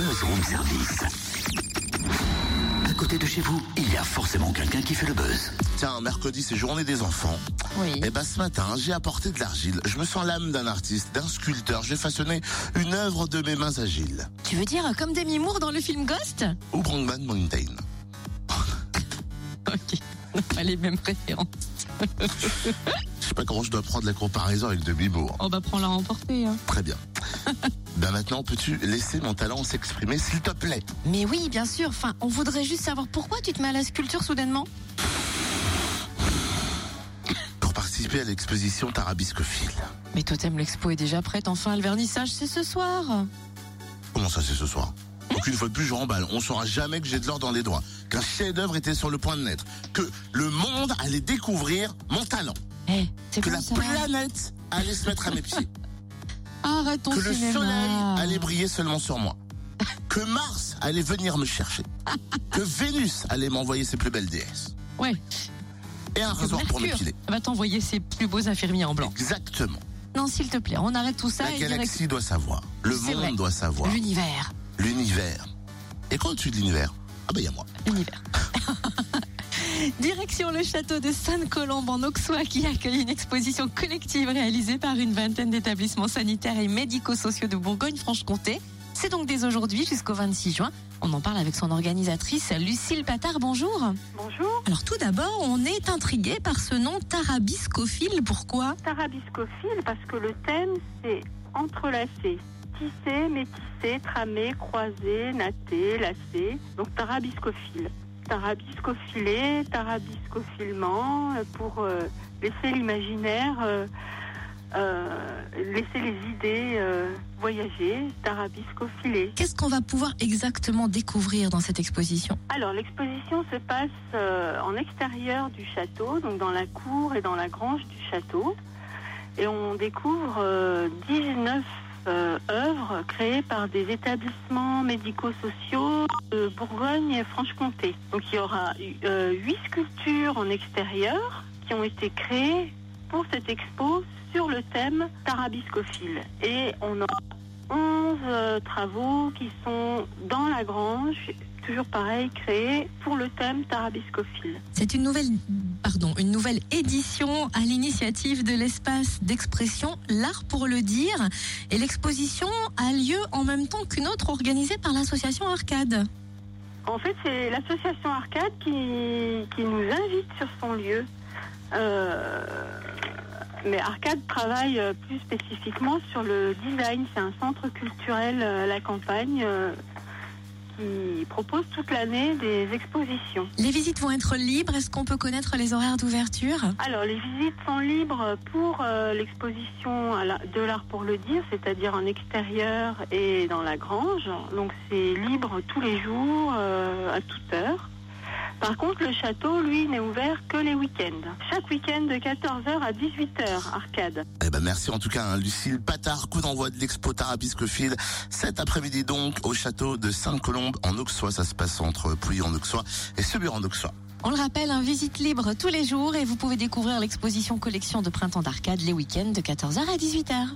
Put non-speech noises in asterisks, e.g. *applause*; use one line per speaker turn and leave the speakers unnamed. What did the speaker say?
votre room service. À côté de chez vous, il y a forcément quelqu'un qui fait le buzz.
Tiens, mercredi, c'est journée des enfants.
Oui.
Et ben ce matin, j'ai apporté de l'argile. Je me sens l'âme d'un artiste, d'un sculpteur. J'ai façonné une œuvre de mes mains agiles.
Tu veux dire comme Demi Moore dans le film Ghost *laughs*
Ou Brangman Mountain.
Ok. On n'a pas les mêmes références.
Je sais pas comment je dois prendre la comparaison avec Demi Moore.
On va prendre la remporter. hein.
Très bien. ben maintenant, peux-tu laisser mon talent s'exprimer, s'il te plaît
Mais oui, bien sûr. Enfin, on voudrait juste savoir pourquoi tu te mets à la sculpture soudainement.
Pour participer à l'exposition Tarabiscophile.
Mais Totem l'expo est déjà prête. Enfin, le vernissage c'est ce soir.
Comment ça, c'est ce soir Donc une fois de plus, je remballe. On saura jamais que j'ai de l'or dans les doigts. Qu'un chef-d'œuvre était sur le point de naître. Que le monde allait découvrir mon talent.
Eh, c'est
Que
bon
la
ça.
planète allait se mettre à mes pieds.
Arrête ton
que le
cinéma.
soleil allait briller seulement sur moi, *laughs* que Mars allait venir me
*laughs*
chercher, que Vénus allait m'envoyer ses plus belles déesses
Ouais.
et un rasoir pour
Mercure
m'épiler.
va t'envoyer ses plus beaux infirmiers en blanc.
Exactement.
Non, s'il te plaît, on arrête tout ça
La
et
galaxie doit savoir, le
C'est
monde
vrai.
doit savoir,
direct l'univers.
l'univers. Et quand au-dessus de l'univers Ah bah il y a moi.
*laughs* L'univers. Direction le château de Sainte-Colombe en Auxois qui accueille une exposition collective réalisée par une vingtaine d'établissements sanitaires et médico-sociaux de Bourgogne-Franche-Comté. C'est donc dès aujourd'hui jusqu'au 26 juin. On en parle avec son organisatrice Lucille Patard. Bonjour.
Bonjour,
Alors tout d'abord, on est intrigué par ce nom tarabiscophile. Pourquoi
tarabiscophile, parce que le thème c'est entrelacé. Tisser, métisser, tramer, croiser, natter, lacer. Donc tarabiscophile. Tarabiscophilé, tarabiscophilement, euh, pour euh, laisser l'imaginaire, euh, euh, laisser les idées euh, voyager. Tarabiscophilé.
Qu'est-ce qu'on va pouvoir exactement découvrir dans cette exposition
Alors l'exposition se passe euh, en extérieur du château, donc dans la cour et dans la grange du château. Et on découvre euh, 19 euh, œuvres créées par des établissements médico-sociaux de Bourgogne et Franche-Comté. Donc il y aura euh, huit sculptures en extérieur qui ont été créées pour cette expo sur le thème tarabiscophile. Et on aura 11 euh, travaux qui sont dans la grange, toujours pareil, créés pour le thème tarabiscophile.
C'est une nouvelle, pardon, une nouvelle édition à l'initiative de l'espace d'expression L'Art pour le dire. Et l'exposition a lieu en même temps qu'une autre organisée par l'association Arcade.
En fait, c'est l'association Arcade qui, qui nous invite sur son lieu. Euh, mais Arcade travaille euh, plus spécifiquement sur le design. C'est un centre culturel euh, à la campagne euh, qui propose toute l'année des expositions.
Les visites vont être libres. Est-ce qu'on peut connaître les horaires d'ouverture
Alors, les visites sont libres pour euh, l'exposition à la- de l'art pour le dire, c'est-à-dire en extérieur et dans la grange. Donc, c'est libre tous les jours, euh, à toute heure. Par contre, le château, lui, n'est ouvert que les week-ends. Chaque week-end de 14h à 18h, arcade.
Eh ben merci en tout cas, hein, Lucille Patard, coup d'envoi de l'expo Tarabiscophile. Cet après-midi donc au château de Sainte-Colombe en Auxois. Ça se passe entre Pouilly en Auxois et Sebure en Auxois.
On le rappelle, un visite libre tous les jours et vous pouvez découvrir l'exposition collection de printemps d'arcade les week-ends de 14h à 18h.